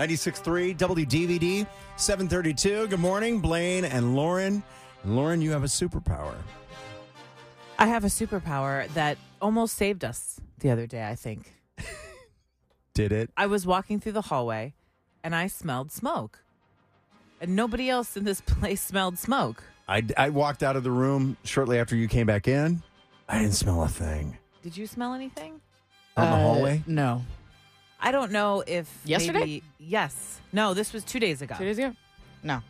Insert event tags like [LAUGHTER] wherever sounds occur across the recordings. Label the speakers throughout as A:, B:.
A: 96.3 WDVD 732. Good morning, Blaine and Lauren. And Lauren, you have a superpower.
B: I have a superpower that almost saved us the other day, I think.
A: Did it?
B: I was walking through the hallway and I smelled smoke. And nobody else in this [LAUGHS] place smelled smoke.
A: I, I walked out of the room shortly after you came back in. I didn't smell a thing.
B: Did you smell anything?
A: On
B: Uh,
A: the hallway?
C: Uh, No.
B: I don't know if
C: Yesterday?
B: maybe- yes. No, this was two days ago.
C: Two days ago? No.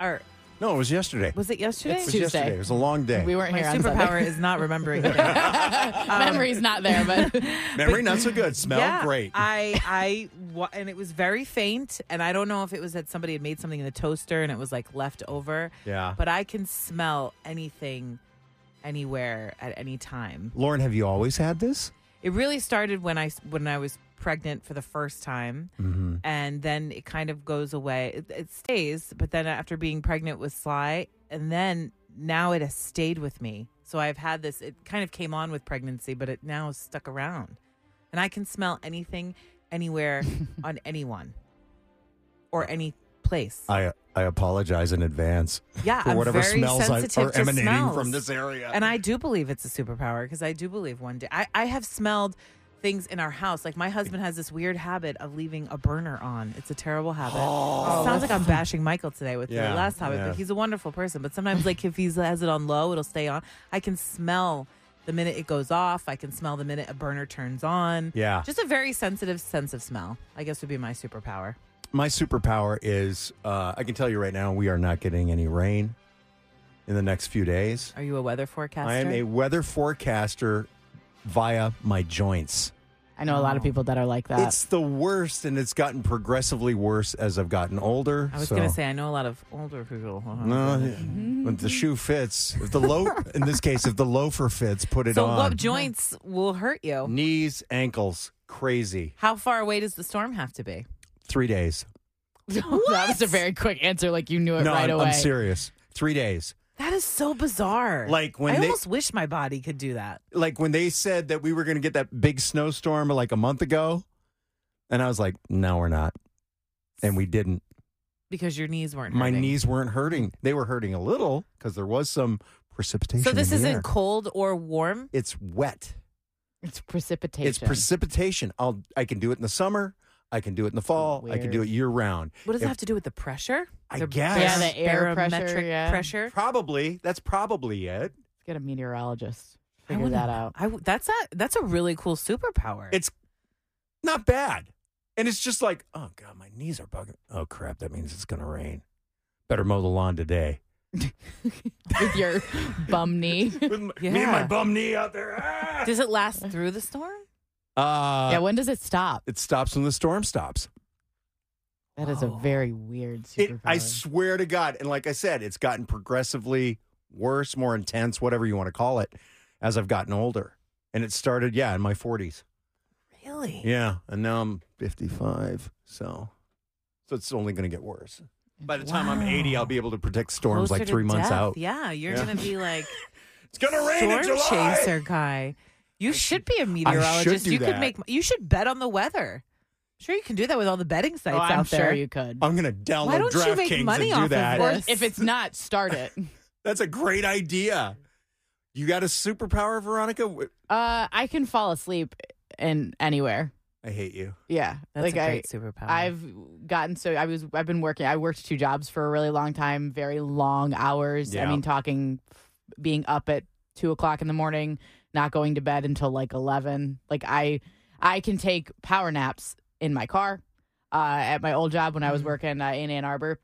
B: Or
A: No, it was yesterday.
B: was it yesterday?
A: it
C: It's
A: was
C: Tuesday.
A: yesterday. It was a long day.
C: We weren't
B: My
C: here on [LAUGHS]
B: superpower
C: Sunday. Um,
B: is not remembering. things.
C: Memory's not there, but
B: [LAUGHS]
A: Memory not so good. Smell
B: yeah,
A: great. [LAUGHS]
B: I I wa- and it was very faint, and I don't know if it was that somebody had made something in the toaster and it was like left over.
A: yeah.
B: but I can smell anything anywhere at any time.
A: Lauren, have you always had this?
B: It really started when I when I was pregnant for the first time
A: Mm-hmm.
B: and then it kind of goes away. It, it stays, but then after being pregnant with Sly and then now it has stayed with me. So I've had this it kind of came on with pregnancy, but it now is stuck around. And I can smell anything anywhere
A: [LAUGHS]
B: on anyone or any place.
A: I I apologize in advance
B: yeah,
A: Uh, for
B: I'm
A: whatever
B: very
A: smells I,
B: sensitive
A: are
B: to
A: emanating
B: smells.
A: from this area.
B: And I do believe it's a superpower because I do believe one day I, I have smelled things in our house. Like my husband has this weird habit of leaving a burner on. It's a
A: [GASPS]
B: terrible habit. it sounds like I'm bashing Michael today with
A: Oh. Yeah,
B: the last habit,
A: yeah.
B: but he's a wonderful person. But sometimes, like if he has it on low, it'll stay on. I can smell the minute it goes off. I can smell the minute a burner turns on.
A: yeah.
B: Just a very sensitive sense of smell, I guess would be my superpower.
A: my superpower is uh, I can tell you right now we are not getting any rain in the next few days.
B: Are you a weather forecaster?
A: I am a weather forecaster via my joints.
C: [LAUGHS] I know a lot of people that are like that.
A: It's the worst, and it's gotten progressively worse as I've gotten older.
B: I was
A: so-
B: going to say I know a lot of older people.
A: No, yeah. If the shoe fits, if the low, in this case, if the loafer fits, put it
B: so
A: on.
B: what joints will hurt you?
A: Knees, ankles, crazy.
B: How far away does the storm have to be?
A: Three days.
C: [LAUGHS] That was a very quick answer, like you knew it
A: no,
C: right
A: I'm,
C: away.
A: I'm serious. Three days.
B: That is so bizarre.
A: Like when
B: I
A: they-
B: almost wish my body could do that.
A: Like when they said that we were going to get that big snowstorm like a month ago, and I was like, no, we're not. And we didn't.
B: Because your knees weren't
A: My
B: hurting.
A: knees weren't hurting. They were hurting a little because there was some precipitation.
B: So this
A: in the
B: isn't
A: air.
B: cold or warm.
A: It's wet.
C: It's precipitation.
A: It's precipitation. I'll I can do it in the summer. I can do it in the fall. I can do
C: Weird.
A: it year round.
B: What does
A: If-
B: it have to do with the pressure?
A: I
B: The
A: guess.
C: Yeah, the air pressure,
B: barometric
C: yeah.
B: pressure.
A: Probably. That's probably it.
C: Get a meteorologist.
B: I
C: Figure
B: wouldn't-
C: that out.
B: I w- that's a that's a really cool superpower.
A: It's not bad. And it's just like, oh god, my knees are bugging. Oh crap, that means it's gonna rain. Better mow the lawn
B: [LAUGHS]
A: today.
C: With [LAUGHS] your bum knee.
A: With my, Me and my
B: Yeah.
A: bum knee out there. Ah!
B: does it last through the storm?
A: Uh,
C: yeah, when does it stop?
A: it stops when the storm stops.
C: That is a
B: Whoa.
C: very weird
A: It,
C: superpower.
A: I swear to God. And like I said, it's gotten progressively worse, more intense, whatever you want to call it, as I've gotten older. And it started, yeah, in my 40s.
B: Really?
A: Yeah. And now I'm 55. So so it's only going to get worse. By the time I'm 80, I'll be able to predict storms
B: Closer
A: like
B: to
A: three months
B: death.
A: out.
B: Yeah, you're
A: Yeah.
B: gonna be like
A: It's going to rain
B: storm
A: in July.
B: chaser guy. You should be a meteorologist.
A: do
B: you
A: that.
B: could make. You should bet on the weather. Sure, you can do that with all the betting
C: Oh,
B: sites out
C: I'm
B: there.
C: sure you could.
A: I'm going to download
B: Why don't you make
A: DraftKings
B: money
A: and do
B: off of
A: that.
B: this?
C: Or if it's not, start it.
A: That's a great idea. You got a superpower, Veronica? W-
C: [LAUGHS] Uh, I can fall asleep in anywhere.
A: I hate you.
C: Yeah,
B: That's
C: like
B: a
C: I,
B: great superpower.
C: I've gotten so I was I've been working. I worked two jobs for a really long time, very long hours.
A: Yeah.
C: I mean, talking, being up at two o'clock in the morning, not going to bed until like eleven. Like I, I can take power naps in my car. Uh, at my old job when I was
B: Mhm.
C: working uh, in Ann Arbor,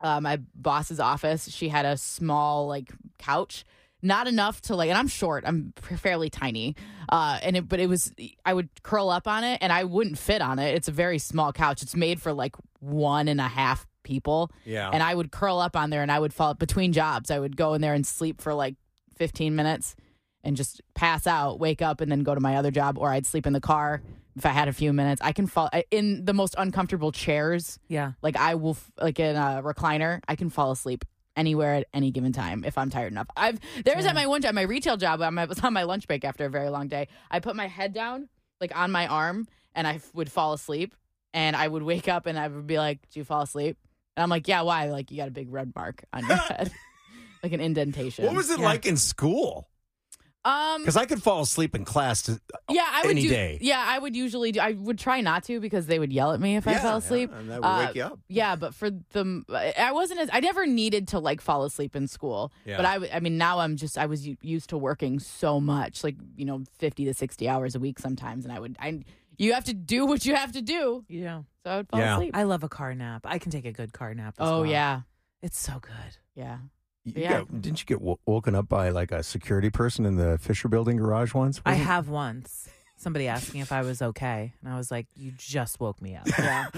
C: uh, my boss's office, she had a small like couch. Not enough to like, and I'm short. I'm fairly tiny, uh, and it, but it was I would curl up on it and I wouldn't fit on it. It's a very small couch. It's made for like one and a half people,
A: Yeah.
C: and I would curl up on there and I would fall between jobs. I would go in there and sleep for like 15 minutes and just pass out, wake up, and then go to my other job, or I'd sleep in the car if I had a few minutes. I can fall I- in the most uncomfortable chairs,
B: yeah.
C: like I will, f- like in a recliner. I can fall asleep anywhere at any given time if I'm tired enough. I've there was
B: Yeah.
C: at my one job, my retail job. um, I was on my lunch break after a very long day. I put my head down, like on my arm, and I f- would fall asleep. and I would wake up and I would be like, "Do you fall asleep?" And I'm like, "Yeah, why?" Like you got a big red mark on
A: [LAUGHS]
C: your head, [LAUGHS] like an indentation.
A: What was it
B: Yeah.
A: like in school?
C: Um,
A: Because I could fall asleep in class. To,
C: yeah, I would
A: any
C: do.
A: day.
C: Yeah, I would usually do. I would try not to because they would yell at me if I
A: Yeah,
C: fell asleep.
A: yeah, and that would
C: Uh,
A: wake you up.
C: Yeah, but for the I wasn't as I never needed to like fall asleep in school.
A: Yeah.
C: But I w- I mean now I'm just I was u- used to working so much like you know 50 to 60 hours a week sometimes and I would I you have to do what you have to do
B: Yeah.
C: so I would fall
A: Yeah.
C: asleep.
B: I love a car nap. I can take a good car nap. As
C: oh
B: well.
C: yeah.
B: It's so good.
C: Yeah.
A: You
C: yeah.
A: got- didn't you get wo- woken up by like a security person in the Fisher Building garage once?
B: I
A: Wasn't-
B: have once somebody asking if I was okay, and I was like, "You just woke me up."
C: [LAUGHS] Yeah.